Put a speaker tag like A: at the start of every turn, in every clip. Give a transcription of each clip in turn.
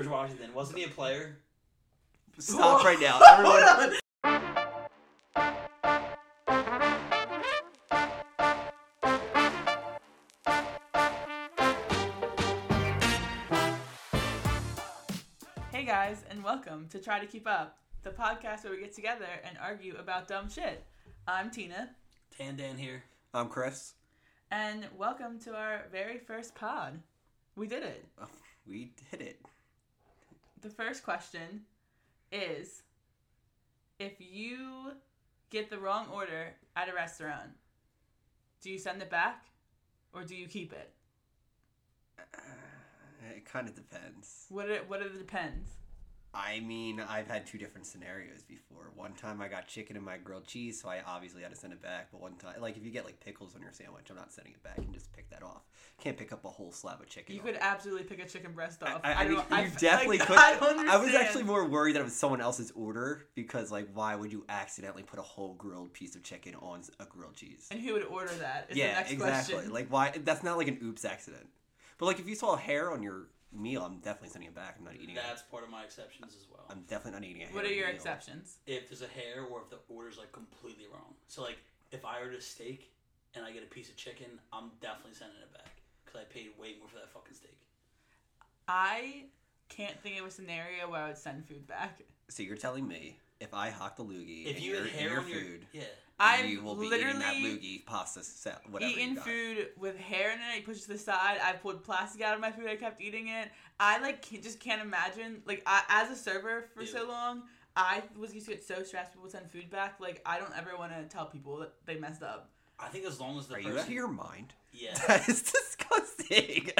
A: Washington. Wasn't he a player?
B: Stop right now.
C: Hold
B: Everyone,
C: on. Hey guys, and welcome to Try to Keep Up, the podcast where we get together and argue about dumb shit. I'm Tina,
A: Tan Dan here.
B: I'm Chris.
C: and welcome to our very first pod. We did it.
B: We did it.
C: The first question is if you get the wrong order at a restaurant, do you send it back or do you keep it?
B: It kind of depends.
C: What are, what are the depends?
B: I mean, I've had two different scenarios before. One time I got chicken and my grilled cheese, so I obviously had to send it back. But one time, like if you get like pickles on your sandwich, I'm not sending it back. You can just pick that off. Can't pick up a whole slab of chicken.
C: You
B: off.
C: could absolutely pick a chicken breast off.
B: I, I mean,
C: don't- I
B: you
C: f-
B: definitely
C: like,
B: could.
C: I, don't
B: I was
C: understand.
B: actually more worried that it was someone else's order because, like, why would you accidentally put a whole grilled piece of chicken on s- a grilled cheese?
C: And who would order that? Is the
B: yeah,
C: next
B: exactly.
C: question.
B: Like, why? That's not like an oops accident. But like, if you saw a hair on your meal, I'm definitely sending it back. I'm not eating it.
A: That's part of my exceptions as well.
B: I'm definitely not eating it.
C: what are your exceptions?
A: If there's a hair or if the order's like completely wrong. So like if I order a steak and I get a piece of chicken, I'm definitely sending it back because I paid way more for that fucking steak.
C: I can't think of a scenario where I would send food back.
B: So you're telling me if I hock the loogie
A: If
B: in
A: you
B: your,
A: had
B: in
A: hair
B: your
A: on your
B: food,
A: yeah,
C: I'm
B: you will be
C: literally
B: eating that loogie pasta set, whatever. you
C: eating
B: got.
C: food with hair in it. You push it to the side. I pulled plastic out of my food. I kept eating it. I like can't, just can't imagine. Like I, as a server for so
A: Ew.
C: long, I was used to get so stressed. People would send food back. Like I don't ever want to tell people that they messed up.
A: I think as long as the
B: Are
A: person
B: you out of your mind?
A: yeah.
B: That is disgusting.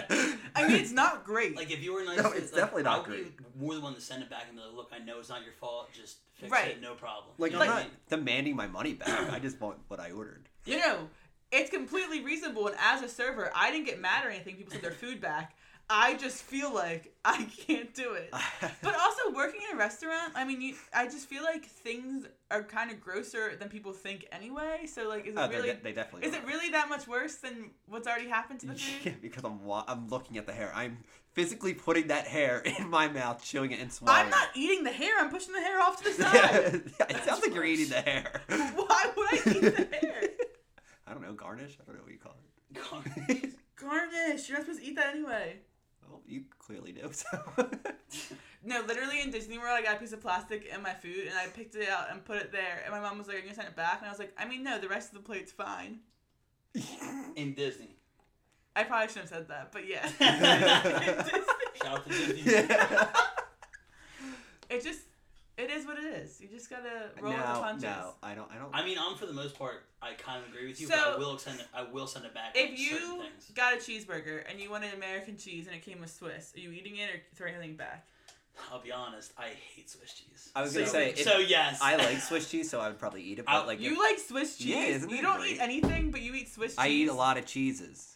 C: I mean, it's not great.
A: Like if you were nice,
B: No,
A: to-
B: it's
A: like,
B: definitely not
A: I would be more than one to send it back and be like, "Look, I know it's not your fault. Just fix
C: Right.
A: it, no problem."
B: Like,
A: you
B: I'm
A: know what
B: not demanding my money back. I just want what I ordered.
C: you know, it's completely reasonable. And as a server, I didn't get mad or anything. People sent their food back. I just feel like I can't do it. But also working in a restaurant, I mean, you, I just feel like things are kind of grosser than people think anyway. So like, is it
B: Oh, they're
C: really
B: de- they definitely
C: is
B: are.
C: it really that much worse than what's already happened to the
B: Yeah,
C: food?
B: because I'm wa- I'm looking at the hair. I'm physically putting that hair in my mouth, chewing it, and swallowing.
C: I'm not eating the hair. I'm pushing the hair off to the side.
B: it. Yeah, it sounds like you're
A: gross.
B: eating the hair.
C: Why would I eat the hair?
B: I don't know garnish. I don't know what you call it.
A: I mean?
C: Garnish. You're not supposed to eat that anyway.
B: Well, Oh, you clearly do. So.
C: No, literally in Disney World, I got a piece of plastic in my food, and I picked it out and put it there. And my mom was like, "Are you gonna send it back?" And I was like, "I mean, no. The rest of the plate's fine."
A: in Disney.
C: I probably shouldn't have said that, but yeah.
A: Shout out to Disney.
B: Yeah.
C: It just it is what it is. You just gotta roll with the
B: No,
C: punches.
B: no, I don't. I don't.
A: I mean, I'm for the most part, I kind of agree with you,
C: So-
A: but I will send it. I will send it back. on
C: If
A: certain
C: you
A: things.
C: got a cheeseburger and you wanted American cheese and it came with Swiss, are you eating it or throwing anything back?
A: I'll be honest, I hate Swiss cheese.
B: I was
A: so,
B: gonna say, if-
A: so yes,
B: I like Swiss cheese, so I would probably eat it. But
A: I'll-
B: like,
C: you
B: if-
C: like Swiss cheese.
B: Yeah, isn't
C: you
B: that
C: don't
B: great?
C: eat anything, but you eat Swiss cheese.
B: I eat a lot of cheeses.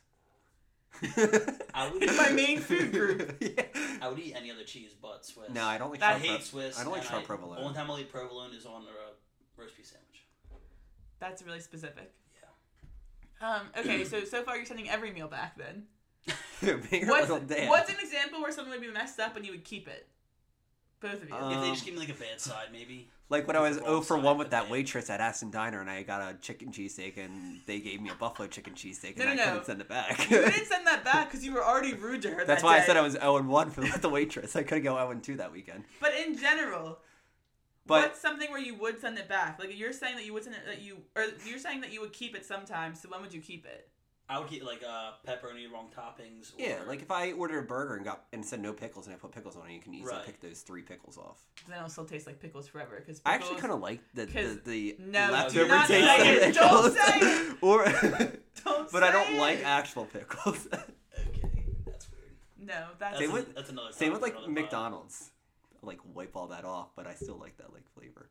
A: I would.
C: It's my main food group.
B: Yeah.
A: I would eat any other cheese but Swiss.
B: No, I don't like.
C: I
A: I
B: sharp
A: hate
B: prov-
A: Swiss.
B: I don't like
A: and
B: sharp provolone.
A: The only time I'll eat provolone is on a roast beef sandwich.
C: That's really specific.
A: Yeah.
C: Um, okay, so so far you're sending every meal back then.
B: Bigger
C: What's,
B: little dad.
C: what's an example where something would be messed up and you would keep it? Both of you.
B: Uh,
A: If they just
B: Um,
A: give me like a bad side, maybe.
B: Like when I was
A: Wrong
B: 0 for
A: side
B: 1 with
A: of
B: that
A: it.
B: waitress at Aston Diner and I got a chicken cheesesteak and they gave me a buffalo chicken cheesesteak and
C: No, no,
B: I
C: no.
B: couldn't send it back.
C: you didn't send that back because you were already rude to her.
B: That's
C: that
B: why
C: day.
B: I said I was 0 and 1 for with the waitress. I couldn't go 0 and 2 that weekend.
C: But in general,
B: But-
C: what's something where you would send it back? Like you're saying that you would send it that you or you're saying that you would keep it sometimes. So when would you keep it?
A: I would get like uh, pepperoni, wrong toppings. Or,
B: Yeah, like if I ordered a burger and got and said no pickles and I put pickles on it, you can easily
A: Right.
B: pick those three pickles off.
C: 'Cause Then it'll still taste like pickles forever. Because
B: I actually kind of like the the,
C: 'Cause-
B: the
C: No,
B: leftover
A: do not
B: taste
A: say
B: of
A: it.
C: Don't
B: pickles.
C: say it.
B: or,
C: don't.
B: but I
C: say
B: don't like
C: it.
B: actual pickles.
A: okay, that's weird.
C: No, that's
A: That's,
B: Same with-
A: that's another.
B: Same
A: topic
B: with
A: for
B: like
A: another pod.
B: McDonald's. I, like wipe all that off, but I still like that like flavor.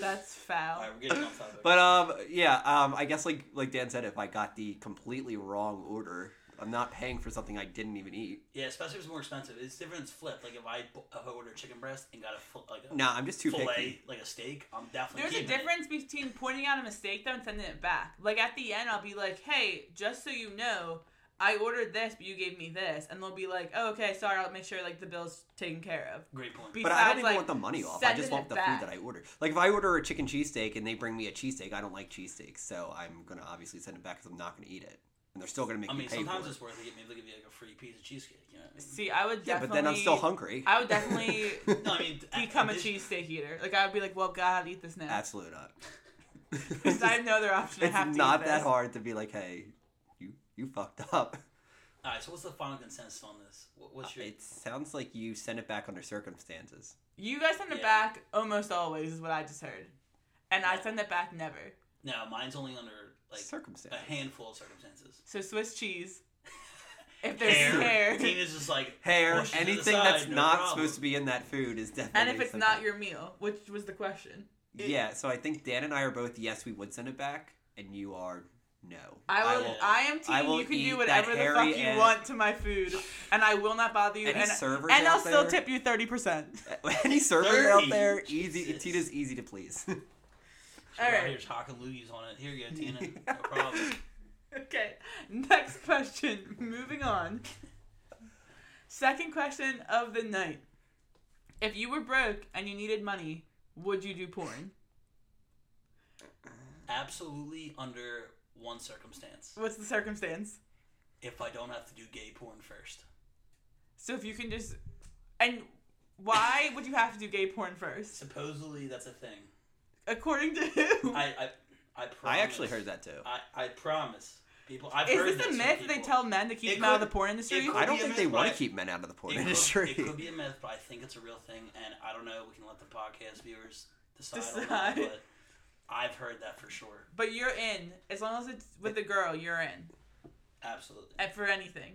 C: that's foul.
A: All right, we're getting off topic.
B: But um, yeah, um, I guess like like Dan said, if I got the completely wrong order, I'm not paying for something I didn't even eat.
A: yeah, especially if it's more expensive. It's different. It's flipped. Like if I, bu- if I order chicken breast and got a full, like a
B: Nah, I'm just too
A: fillet,
B: picky.
A: like a steak, I'm definitely.
C: There's a
A: keeping it.
C: difference between pointing out a mistake though and sending it back. Like at the end, I'll be like, "Hey, just so you know, I ordered this, but you gave me this, and they'll be like, oh, okay, sorry, I'll make sure like the bill's taken care of.
A: Great point.
C: Be-
B: But I don't
C: Besides,
B: even
C: like,
B: want the money off. I
C: sending
B: just want
C: it
B: the
C: back.
B: food that I order. Like if I order a chicken cheesesteak and they bring me a cheesesteak, I don't like cheesesteak, so I'm gonna obviously send it back because I'm not gonna eat it, and they're still gonna make
A: I
B: me
A: mean,
B: pay
A: sometimes
B: for it.
A: it's worth it. Maybe they'll give you like a free piece of cheesecake. You know what I mean?
C: See, I would
B: Yeah,
C: definitely.
B: but then I'm still hungry.
C: I would definitely
A: No, I mean
C: become a
A: this-
C: cheesesteak eater. Like I would be like, well, God, I'd eat this now.
B: Absolutely not.
C: Because I have no other option. I have
B: it's
C: to
B: not
C: eat
B: that
C: this.
B: hard to be like, hey, you you fucked up.
A: All right. So what's the final consensus on this? What, what's your?
B: It sounds like you send it back under circumstances.
C: You guys send it
A: Yeah.
C: back almost always, is what I just heard, and I
A: Yeah.
C: send it back never.
A: No, mine's only under like a
B: circumstances.
A: handful of circumstances.
C: So Swiss cheese. If there's
A: hair.
C: hair,
A: Tina's just like
B: Hair,
A: pushes it
B: anything
A: aside,
B: that's
A: no
B: not
A: problem.
B: supposed to be in that food is definitely.
C: and if it's
B: something-
C: not your meal, which was the question,
B: yeah. So I think Dan and I are both yes, we would send it back, and you are no.
C: I will.
A: will-
C: I, am
B: I
C: team.
B: will
C: You can do
B: eat that
C: whatever the fuck
B: hairy
C: you
B: and-
C: want to my food, and I will not bother you.
B: Any
C: and
B: servers
C: and
B: out
C: I'll still
B: there?
C: tip you thirty percent.
B: Any server out
A: Thirty.
B: there, easy.
A: Jesus.
B: Tina's easy to please.
C: All
A: Right.
C: right.
A: Here's Hawking Loogies on it. Here you go, Tina. No problem.
C: Okay. Next question. Moving on. Second question of the night. If you were broke and you needed money, would you do porn?
A: Absolutely under one circumstance.
C: What's the circumstance?
A: If I don't have to do gay porn first.
C: So if you can just and why would you have to do gay porn first?
A: Supposedly that's a thing.
C: According to who?
A: I I, I promise. Uh,
B: I actually heard that too.
A: I, I promise. People I've
C: Is
A: heard
C: this a
A: from
C: myth they
A: people.
C: tell men to keep
A: It
C: them out of the
A: could-
C: porn industry?
A: it could
B: I don't
A: be a
B: think they
A: myth,
B: want to
A: but
B: keep men out of the porn
A: it
B: industry.
A: Could, it could be a myth, but I think it's a real thing, and I don't know. We can let the podcast viewers decide.
C: Decide.
A: On that, but I've heard that for sure.
C: But you're in. As long as it's with a girl, you're in.
A: Absolutely.
C: And for anything.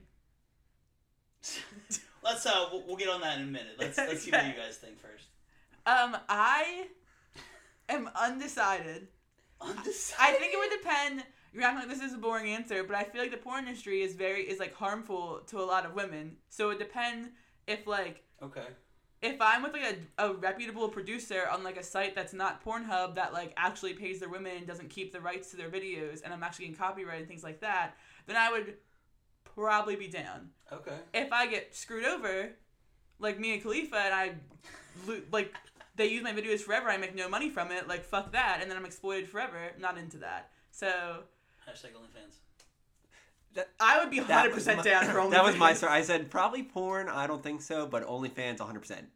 A: let's uh, we'll, we'll get on that in a minute. Let's let's see what you guys think first.
C: Um, I am undecided. I think it would depend. You're acting like this is a boring answer, but I feel like the porn industry is very is like harmful to a lot of women. So it depends if like
A: Okay.
C: if I'm with like a, a reputable producer on like a site that's not Pornhub that like actually pays their women and doesn't keep the rights to their videos and I'm actually getting copyright and things like that, then I would probably be down.
A: Okay.
C: If I get screwed over, like Mia Khalifa and I, lo- like they use my videos forever, I make no money from it. Like fuck that, and then I'm exploited forever. Not into that. So
A: Hashtag OnlyFans.
C: I would be
B: That
C: hundred
B: was
C: percent
B: my-
C: down for only.
B: That was my story. I said probably porn. I don't think so, but OnlyFans, 100. percent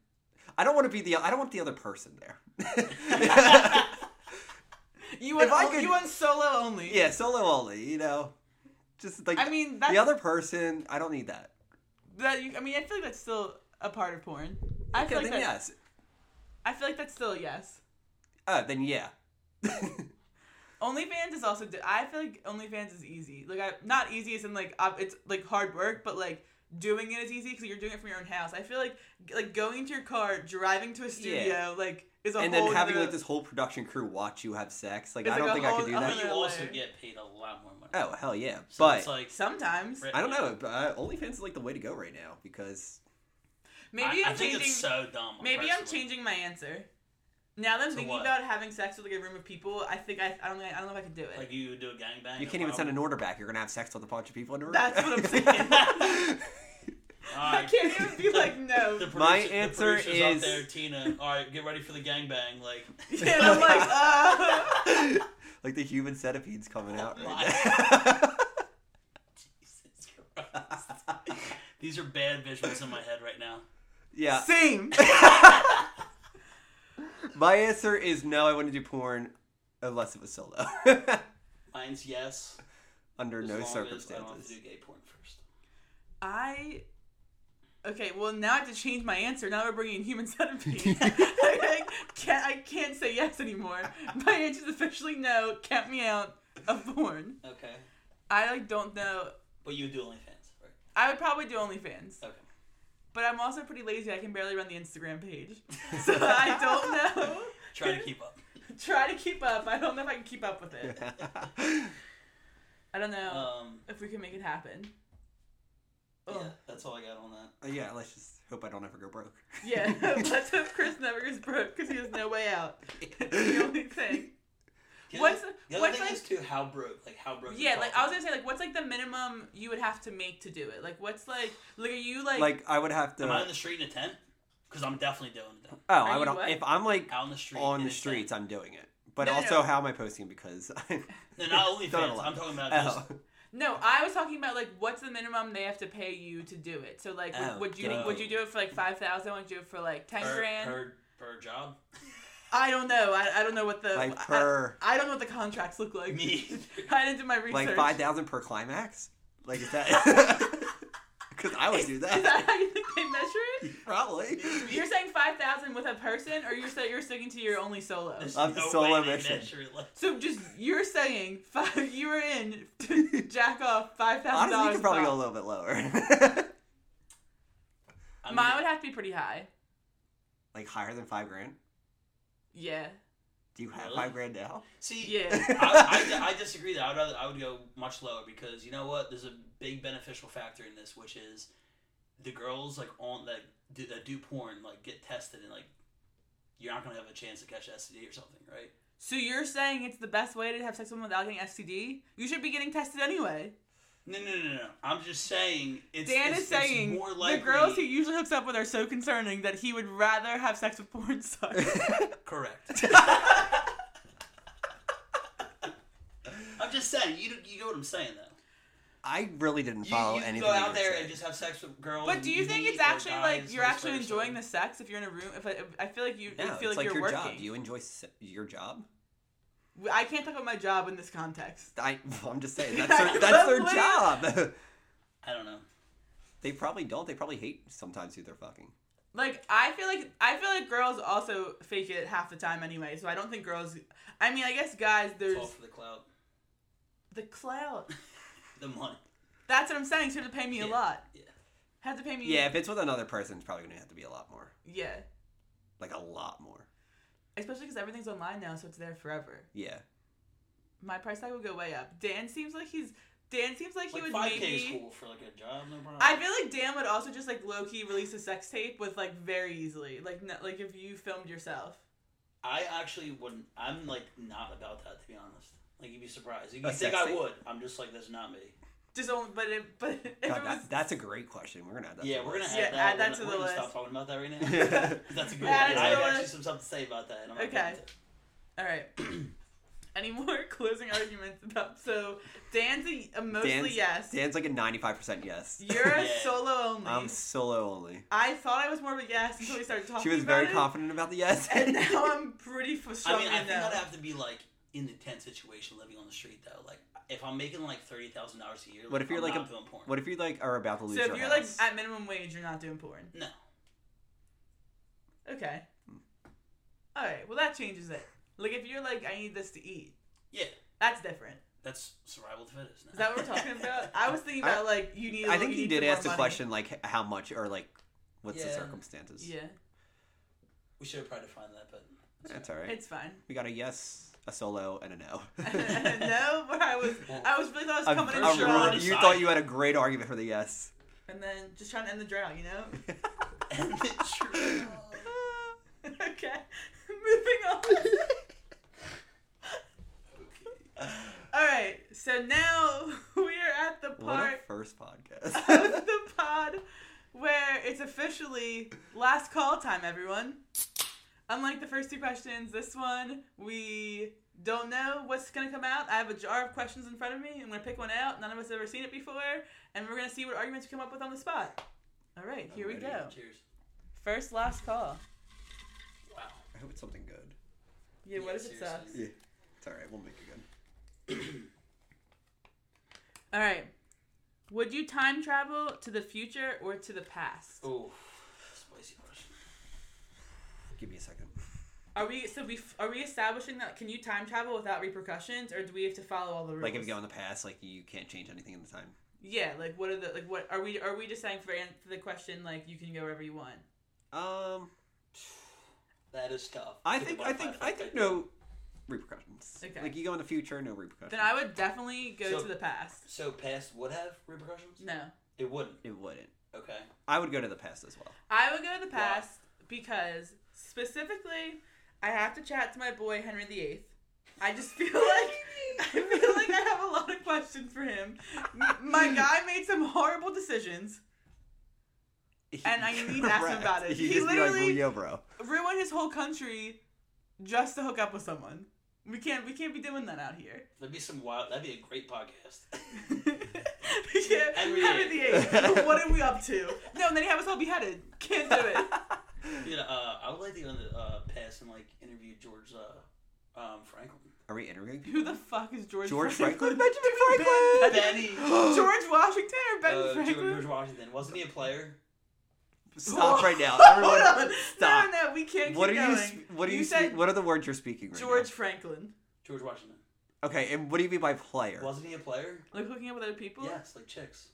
B: I don't want to be the. I don't want the other person there.
C: You want
B: If I
C: o-
B: could-
C: you want solo only.
B: yeah, solo only. You know, just like
C: I mean that's
B: the other person. I don't need that.
C: that. You, I mean I feel like that's still a part of porn. I
B: Okay,
C: feel like
B: then
C: that,
B: yes.
C: I feel like that's still a yes.
B: Uh, then yeah.
C: OnlyFans is also. di- I feel like OnlyFans is easy. Like I not easy as in like ob- it's like hard work, but like doing it is easy because you're doing it from your own house. I feel like like going into your car, driving to a studio, like is a
B: and
C: whole.
B: then having
C: nother-
B: like this whole production crew watch you have sex. Like
C: It's
B: I don't
C: like a
B: think I
C: whole
B: could do
A: I
C: other-
A: mean,
B: that.
A: you also
C: layer.
A: get paid a lot more money.
B: Oh hell yeah!
A: So
B: but
A: it's like
C: Sometimes
B: I don't know. but, Uh, OnlyFans is like the way to go right now because
C: maybe
A: I,
C: I,
A: I
C: am
A: think
C: changing.
A: it's so dumb.
C: maybe I'm
A: personally.
C: changing my answer. Now that I'm
A: To
C: thinking
A: what?
C: about having sex with like a room of people, I think I, I don't know, I don't know if I could do it.
A: Like you would do a gangbang.
B: you
A: no
B: can't even send
A: problem.
B: an order back. You're gonna have sex with a bunch of people in order.
C: That's what I'm saying.
A: All
C: I
A: right.
C: can't even be like no.
A: The producer,
B: My
A: the
B: answer
A: producer's out
B: is-
A: there, Tina. All right, get ready for the gangbang. Like,
C: yeah, and I'm like, uh,
B: like the human centipede's coming out
A: Oh
B: right now.
A: Jesus Christ. These are bad visuals in my head right now.
B: yeah.
C: same.
B: My answer is no, I wouldn't do porn unless it was solo.
A: Mine's yes.
B: Under
A: as
B: no
A: long as I don't have to
B: circumstances.
A: do gay porn first.
C: I. Okay, well now I have to change my answer. Now we're bringing in human centipede. I can't, I can't say yes anymore. My answer is officially no. Count me out of porn.
A: Okay.
C: I like don't know.
A: But you do OnlyFans, right?
C: I would probably do OnlyFans,
A: Okay.
C: but I'm also pretty lazy. I can barely run the Instagram page, so I don't know.
A: Try to keep up.
C: Try to keep up. I don't know if I can keep up with it. I don't know
A: Um,
C: if we can make it happen. Oh,
A: yeah,
C: Ugh.
A: that's all I got on that.
B: yeah, let's just hope I don't ever go broke.
C: Yeah, let's hope Chris never gets broke because he has no way out. It's the only thing.
A: The other-
C: What's
A: the other
C: what's
A: thing
C: like?
A: is too how broke, like how broke.
C: Yeah, like I was gonna say, like what's like the minimum you would have to make to do it? Like what's like like are you like,
B: Like I would have to.
A: Am I on
B: Oh,
A: the street in a tent? Because I'm definitely doing it. then.
B: I
C: you
B: would.
C: what?
B: If I'm like
A: Out on the street. in
B: on the
A: a tent.
B: streets, I'm doing it. But
C: No, no,
B: also,
C: no.
B: how am I posting? Because I'm
A: No, not only
B: Don't
A: fans.
B: allow-
A: I'm talking about just
B: oh,
C: no? I was talking about like what's the minimum they have to pay you to do it. So like would,
B: Oh,
C: would you
B: duh.
C: would you do it for like five thousand? Would you do it for like ten
A: per,
C: grand?
A: per per job.
C: I don't know. I, I don't know what the
B: like
C: I-
B: per
C: I, don't know what the contracts look like.
A: Me.
C: I didn't do my research.
B: like five thousand per climax. Like is that? Because I would do
C: Is
B: that
C: that how you think they measure it?
B: probably.
C: You're saying five thousand with a person, or you're say, you're sticking to your only solo.
A: There's
B: I'm
A: no
B: solo
A: way they
B: mission.
A: measure it like-
C: So just you're saying five, you were in to jack off five thousand
B: Honestly, you
C: dollars.
B: could probably go a little bit lower.
A: I mean,
C: Mine would have to be pretty high.
B: like higher than five grand.
C: Yeah,
B: Do you have
A: Really?
B: five grand now?
A: see,
C: yeah.
A: I, I, I disagree. That I would rather, I would go much lower because you know what? There's a big beneficial factor in this, which is the girls like on that do, that do porn like get tested and like you're not gonna have a chance to catch STD or something, right?
C: So you're saying it's the best way to have sex with someone without getting STD? You should be getting tested anyway.
A: No, no, no, no. no. I'm just saying it's.
C: Dan
A: it's- it's
C: is saying
A: more
C: the
A: likely,
C: girls he usually hooks up with are so concerning that he would rather have sex with porn stars.
A: correct. I'm just saying you you know what I'm saying though.
B: I really didn't
A: You,
B: follow
A: you
B: anything.
A: go
B: you
A: out
B: were
A: there
B: saying.
A: and just have sex with girls.
C: But do you think it's actually like you're actually enjoying the
A: this?
C: sex if you're in a room? If I, if- I feel like you
B: No,
C: you feel
B: it's
C: like,
B: like
C: you're
B: your
C: working.
B: job. Do you enjoy s- your job?
C: I can't talk about my job in this context.
B: I, I'm just saying that's their, that's their job.
A: I don't know.
B: they probably don't. They probably hate sometimes who they're fucking.
C: Like I feel like I feel like girls also fake it half the time anyway. So I don't think girls. I mean, I guess guys,
A: It's
C: there's
A: all for the cloud,
C: the clout.
A: the money.
C: That's what I'm saying. So you have to pay me a
A: Yeah,
C: lot.
A: yeah.
C: Have to pay me.
B: Yeah, if it's with another person, it's probably gonna have to be a lot more.
C: Yeah.
B: Like a lot more.
C: Especially because everything's online now, so it's there forever.
B: Yeah.
C: My price tag would go way up. Dan seems like he's. Dan seems like he
A: Like
C: would
A: five K
C: maybe.
A: is cool for like a job, no problem.
C: I feel like Dan would also just like low key release a sex tape with like very easily, like no, like if you filmed yourself.
A: I actually wouldn't. I'm like not about that to be honest. Like you'd be surprised. You
B: A
A: think
B: sex
A: I
B: tape?
A: would? I'm just like that's not me.
C: Just only, but if, but if
B: God,
C: it was,
B: that, that's a great question. We're gonna add that. to
A: yeah,
B: the
A: we're gonna
B: list.
A: add
C: Yeah,
A: that.
C: add
A: We're
C: that
A: gonna-
C: to
A: we're
C: the
A: gonna
C: list.
A: Stop talking about that right now. that's a good.
C: Add
A: one.
C: it to
A: I
C: the
A: have actually
C: list.
A: some stuff to say about that. And I'm not
C: Okay.
A: gonna get to it.
C: all right. Any more closing arguments about so Dan's a, a mostly
B: Dan's-
C: yes.
B: Dan's like a 95% yes.
C: You're a
A: Yeah.
C: solo only.
B: I'm solo only.
C: I thought I was more of a yes until we started talking.
B: She was
C: about
B: very
C: it,
B: confident about the yes.
C: and now I'm pretty for
A: I
C: sure.
A: mean, I think
C: no.
A: I'd have to be like in the tent situation, living on the street though. Like if I'm making like thirty thousand dollars a year,
B: What if you're
A: I'm
B: like
A: not
B: a-
A: doing porn?
B: what if you like are about to lose
C: So
B: your
C: if you're like
B: house?
C: at minimum wage, you're not doing porn.
A: no,
C: Okay. All right. Well, that changes it. Like if you're like, I need this to eat.
A: Yeah.
C: That's different.
A: that's survival of the fittest. No.
C: Is that what we're talking about? I was thinking about like you need. a
B: I
C: little-
B: think you
C: need
B: did
C: some more
B: ask the
C: money.
B: question like h- how much or like what's the
A: Yeah.
B: circumstances.
C: Yeah,
A: We should have probably defined that, but
B: That's all right.
C: it's fine.
B: We got a yes, a solo, and a no.
C: no, but I was, I was really thought I
B: I'm-
C: was coming
B: I'm
C: in
A: sure
C: strong,
A: we're
B: you
A: deciding.
B: thought you had a great argument for the yes.
C: and then just trying to end the drought, you know?
A: and it's true.
C: okay, moving on. All right, so now we are at the
B: What a
C: part
B: first
C: of
B: podcast.
C: the pod where it's officially last call time, everyone. Unlike the first two questions, this one we don't know what's gonna come out. I have a jar of questions in front of me. I'm gonna pick one out. None of us have ever seen it before, and we're gonna see what arguments we come up with on the spot. All right, here we
B: ready.
C: go.
A: Cheers.
C: First last call.
A: Wow.
B: I hope it's something good.
C: Yeah, what
A: Yeah,
C: if it
A: seriously.
C: sucks?
B: Yeah. It's all right. We'll make it good.
C: All right. Would you time travel to the future or to the past?
A: Oh, spicy question.
B: Give me a second.
C: Are we so we are we establishing that can you time travel without repercussions or do we have to follow all the rules?
B: Like if you go in the past, like you can't change anything in the time.
C: Yeah, like what are the like what are we are we just saying for, an- for the question like you can go wherever you want?
B: Um,
A: That is tough.
B: I
A: Think
B: think
A: about
B: I
A: it,
B: think
A: five,
B: I
A: five,
B: think
A: five.
B: no repercussions.
C: Okay.
B: Like you go in the future, no repercussions.
C: Then I would definitely go
A: So-
C: to the past.
A: So past would have repercussions.
C: No,
A: It wouldn't.
B: It wouldn't.
A: Okay.
B: I would go to the past as well.
C: I would go to the
A: Why?
C: past because specifically I have to chat to my boy Henry VIII I just feel like I feel like I have a lot of questions for him. M- My guy made some horrible decisions, And I need to ask him
B: Correct.
C: about it.
B: You
C: He
B: just be like, well,
C: literally-
B: yo, bro.
C: ruined his whole country just to hook up with someone. We can't we can't be doing that out here.
A: That'd be some wild. That'd be a great podcast.
C: we can't
A: Henry
C: Henry
A: VIII.
C: VIII. what are we up to? No, and then he have us all beheaded. Can't do it.
A: Dude, uh, I would like to go in the uh, past and like interview George uh, um, Franklin.
B: Are we interviewing people?
C: Who the fuck is George?
B: George Franklin?
C: Benjamin Franklin.
A: Benny.
C: George Washington or Ben
A: Uh, George,
C: Franklin?
A: George Washington wasn't he a player?
B: Stop right now.
C: Hold
B: Everyone,
C: on.
B: stop.
C: No, no, we can't.
B: What are
C: keep
B: you?
C: going.
B: sp- What are you?
C: You
B: spe-
C: said
B: what are the words you're speaking? Right
C: George Franklin,
A: George Washington
B: Now? Okay, and what do you mean by player?
A: wasn't he a player?
C: like hooking up with other people.
A: Yes, like chicks.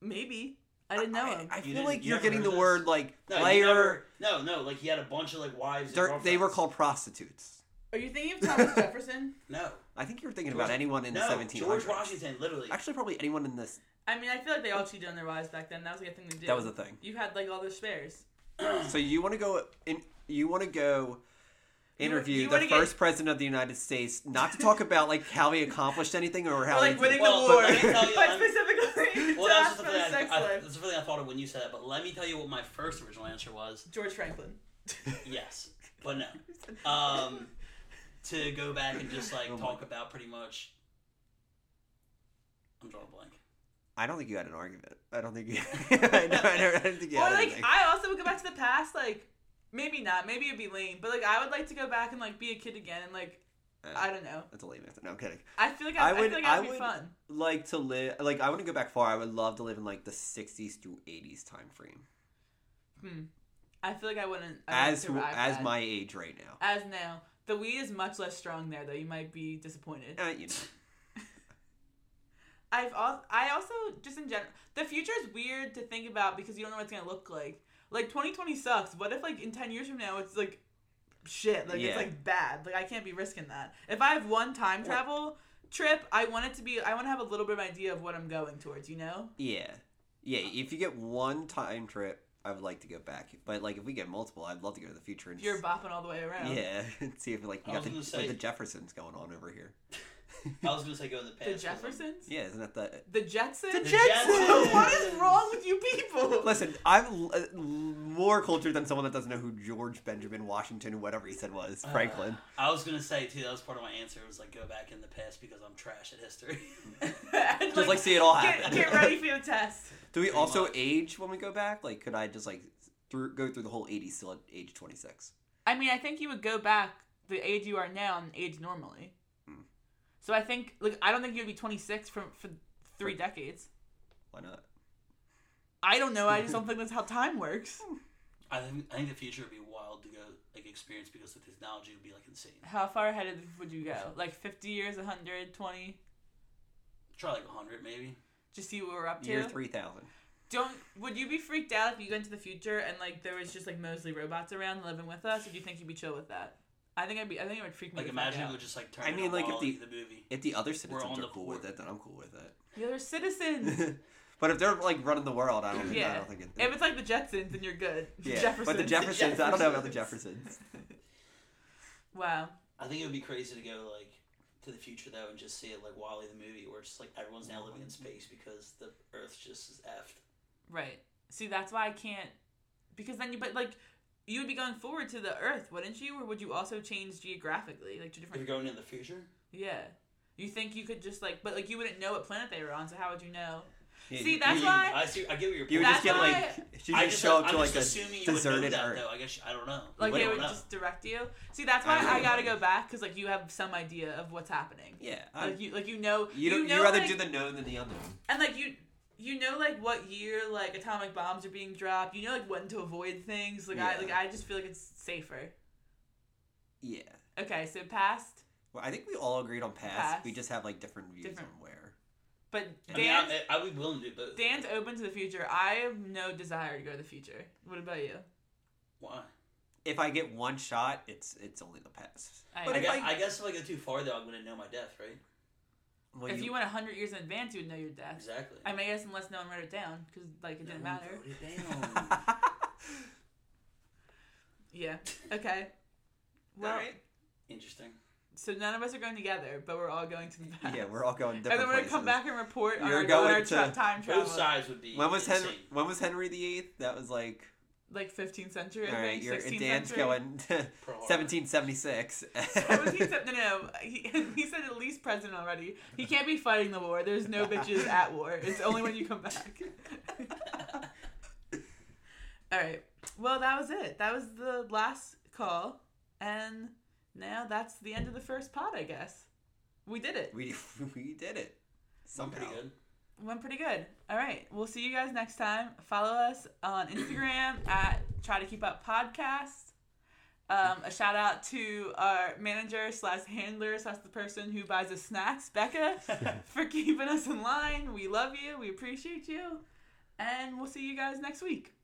C: Maybe I didn't know him.
B: I, I
A: You
B: feel
A: didn't-
B: like
A: you
B: you're
A: never
B: getting
A: heard
B: the
A: this?
B: word like
A: No, he
B: player.
A: never- no, no. Like he had a bunch of like wives. and
B: they're- They were
A: girlfriends.
B: called prostitutes.
C: are you thinking of Thomas Jefferson?
A: No.
B: I think you're thinking
A: George-
B: about anyone in
A: no,
B: the 1700s.
A: George Washington, literally.
B: Actually, probably anyone in this.
C: I mean, I feel like they all cheated on their wives back then. That was like a thing to do.
B: That was a thing.
C: You had like all the spares.
B: So you want to go in? You want to go interview
C: you
B: the
C: wanna get-
B: first president of the United States, not to talk about like how he accomplished anything or how
C: Or,
B: he
C: like winning
A: Well,
C: the war.
A: let me tell you,
C: but
A: I'm- well,
C: specifically, to
A: that
C: ask
A: was
C: for
A: the
C: the
A: thing.
C: sex
A: I, I,
C: life.
A: that's the thing I thought of when you said that. But let me tell you what my first original answer was.
C: George Franklin.
A: Yes, but no. Um, to go back and just like
B: Oh my
A: talk about pretty much. I'm drawing a blank.
B: I don't think you had an argument. I don't think you. I, don't, I, don't, I don't think you
C: or
B: had
C: like,
B: anything.
C: I also would go back to the past. Like, maybe not. Maybe it'd be lame. But like, I would like to go back and like be a kid again. And like,
B: Uh,
C: I don't know.
B: That's a lame answer. No, I'm kidding.
C: I feel like I,
B: I
C: I,
B: would-
C: feel like
B: I
C: that'd be
B: would-
C: fun.
B: Like to live. Like I wouldn't go back far. I would love to live in like the 60s through 80s time frame.
C: Hmm. I feel like I wouldn't. I wouldn't
B: As who,
C: survive
B: as
C: that.
B: my age right now.
C: as now. The weed is much less strong there, though. You might be disappointed.
B: Uh, you know.
C: I've also, I also just in general, the future is weird to think about because you don't know what it's gonna look like. Like 2020 sucks. What if like in 10 years from now it's like shit? Like
B: Yeah.
C: it's like bad. Like I can't be risking that. If I have one time travel trip, I want it to be. I want to have a little bit of an idea of what I'm going towards. You know?
B: Yeah. Yeah, if you get one time trip, I would like to go back. But like if we get multiple, I'd love to go to the future and
C: If you're
B: s-
C: bopping all the way around.
B: Yeah, and see if like you
A: I was
B: got the,
A: gonna say-
B: like, the Jeffersons going on over here.
A: I was gonna say go in the past.
C: The
A: but, like,
C: Jeffersons.
B: Yeah, isn't that the
C: The Jetsons.
B: The Jetsons!
C: what is wrong with you people?
B: Listen, I'm l- uh, more cultured than someone that doesn't know who George Benjamin Washington, or whatever he said was,
A: Uh,
B: Franklin.
A: I was gonna say too. That was part of my answer. Was like go back in the past because I'm trash at history.
C: And,
B: Just like, see it all
C: get,
B: happen.
C: get ready for the test.
B: Do we
A: Pretty
B: also
A: much.
B: age when we go back? Like, could I just like through, go through the whole 80s still at age 26?
C: I mean, I think you would go back the age you are now and age normally.
B: Hmm.
C: So I think, like, I don't think you'd be 26 for, for three decades.
B: Why not?
C: I don't know. I just don't think that's how time works.
A: I think I think the future would be wild to go like experience because the technology would be like insane.
C: How far ahead of- would you go? Like 50 years, 120?
A: Try like hundred maybe.
C: Just see what we're up to.
B: Year 3000.
C: Don't. Would you be freaked out if you go into the future and like there was just like mostly robots around living with us? Or do you think you'd be chill with that? I think I'd be. I think it would freak me.
A: Like
C: the fuck
A: imagine
C: out.
A: it would just like turn.
B: I mean,
A: into
B: like, if
A: Wall-E,
B: the-
A: the movie.
B: If the other citizens
A: on
B: are
A: the
B: cool with
A: board.
B: it, then I'm cool with it.
C: The other citizens.
B: but if they're like running the world, I don't, I
C: Mm-hmm. Yeah.
B: don't think it.
C: if it's like the Jetsons, then you're good.
B: yeah.
C: Jeffersons.
B: But the Jeffersons, I don't know about the Jeffersons.
C: Wow.
A: I think it would be crazy to go like to the future though and just see it like Wally the movie, where it's just like everyone's
B: Mm.
A: now living in space because the Earth just is effed.
C: Right. See, that's why I can't. Because then you, but like, you would be going forward to the Earth, wouldn't you? Or would you also change geographically, like
A: If
C: to
A: you're
C: different?
A: going in the future,
C: Yeah. You think you could just like, but like you wouldn't know what planet they were on, so how would you know?
B: Yeah,
C: See,
B: you-
C: that's
A: you,
C: why-
A: I see. I get what you're.
B: You would
C: That's
B: just get
A: pointing at.
B: like
C: why-
B: you
A: I
B: just,
A: just
B: show up to
A: I'm
B: like
A: just assuming
B: a
A: you would know
B: deserted
A: that,
B: Earth.
A: Though I guess I don't know.
C: Like
A: I
C: they
A: don't
C: would
A: know.
C: just direct you. See, that's why
B: I don't
C: I,
B: know.
C: gotta go back because like you have some idea of what's happening.
B: Yeah, I,
C: Like you, like you know,
B: you, don't, you
C: know,
B: rather
C: like,
B: do the known than the unknown.
C: and like you you know like what year like atomic bombs are being dropped you know like when to avoid things like i
B: Yeah.
C: like i just feel like it's safer
B: Yeah,
C: okay so past
B: well, I think we all agreed on past.
C: Past.
B: We just have like different views
C: Different.
B: on where.
C: but
A: I mean,
C: dan's,
A: I, I would be willing to do
B: uh,
A: both.
C: dan's open to the future i have no desire to go to the future what about you
A: Why?
B: If I get one shot, it's it's only the past.
C: I-
B: But
A: I
B: if
A: guess,
B: I,
A: I guess if I go too far, though, I'm gonna know my death, right?
B: well,
C: if you, went went 100 years in advance you would know your death
A: Exactly.
C: i mean i guess unless no one wrote it down because like it didn't
A: No one
C: matter
A: wrote it down.
C: yeah okay well
B: Alright.
A: Interesting.
C: So none of us are going together, but we're all going to the past.
B: Yeah, we're all going
C: and
B: different
C: then we're gonna
B: places.
C: come back and report on
B: You're
C: our, on our
B: going
C: tra-
B: to-
C: time travel.
A: Both sides would be
B: When was
A: insane.
B: Henry? When was Henry the Eighth? That was like
C: Like 15th century,
B: all
C: I
B: right.
C: think.
B: You're
C: 16th
B: Dan's
C: century.
B: going
A: Pearl Harbor.
B: 1776.
C: 17th cent- no, no, no. He, he said at least president already. He can't be fighting the war. There's no bitches at war. It's only when you come back. All right. Well, that was it. That was the last call, and now that's the end of the first pod. I guess we did it.
B: we we did it.
A: I'm
B: Somehow.
A: pretty good.
C: went pretty good. All right. We'll see you guys next time. Follow us on Instagram at Try to Keep Up Podcast. Um, a shout out to our manager slash handler slash the person who buys us snacks, Becca, for keeping us in line. We love you. We appreciate you. And we'll see you guys next week.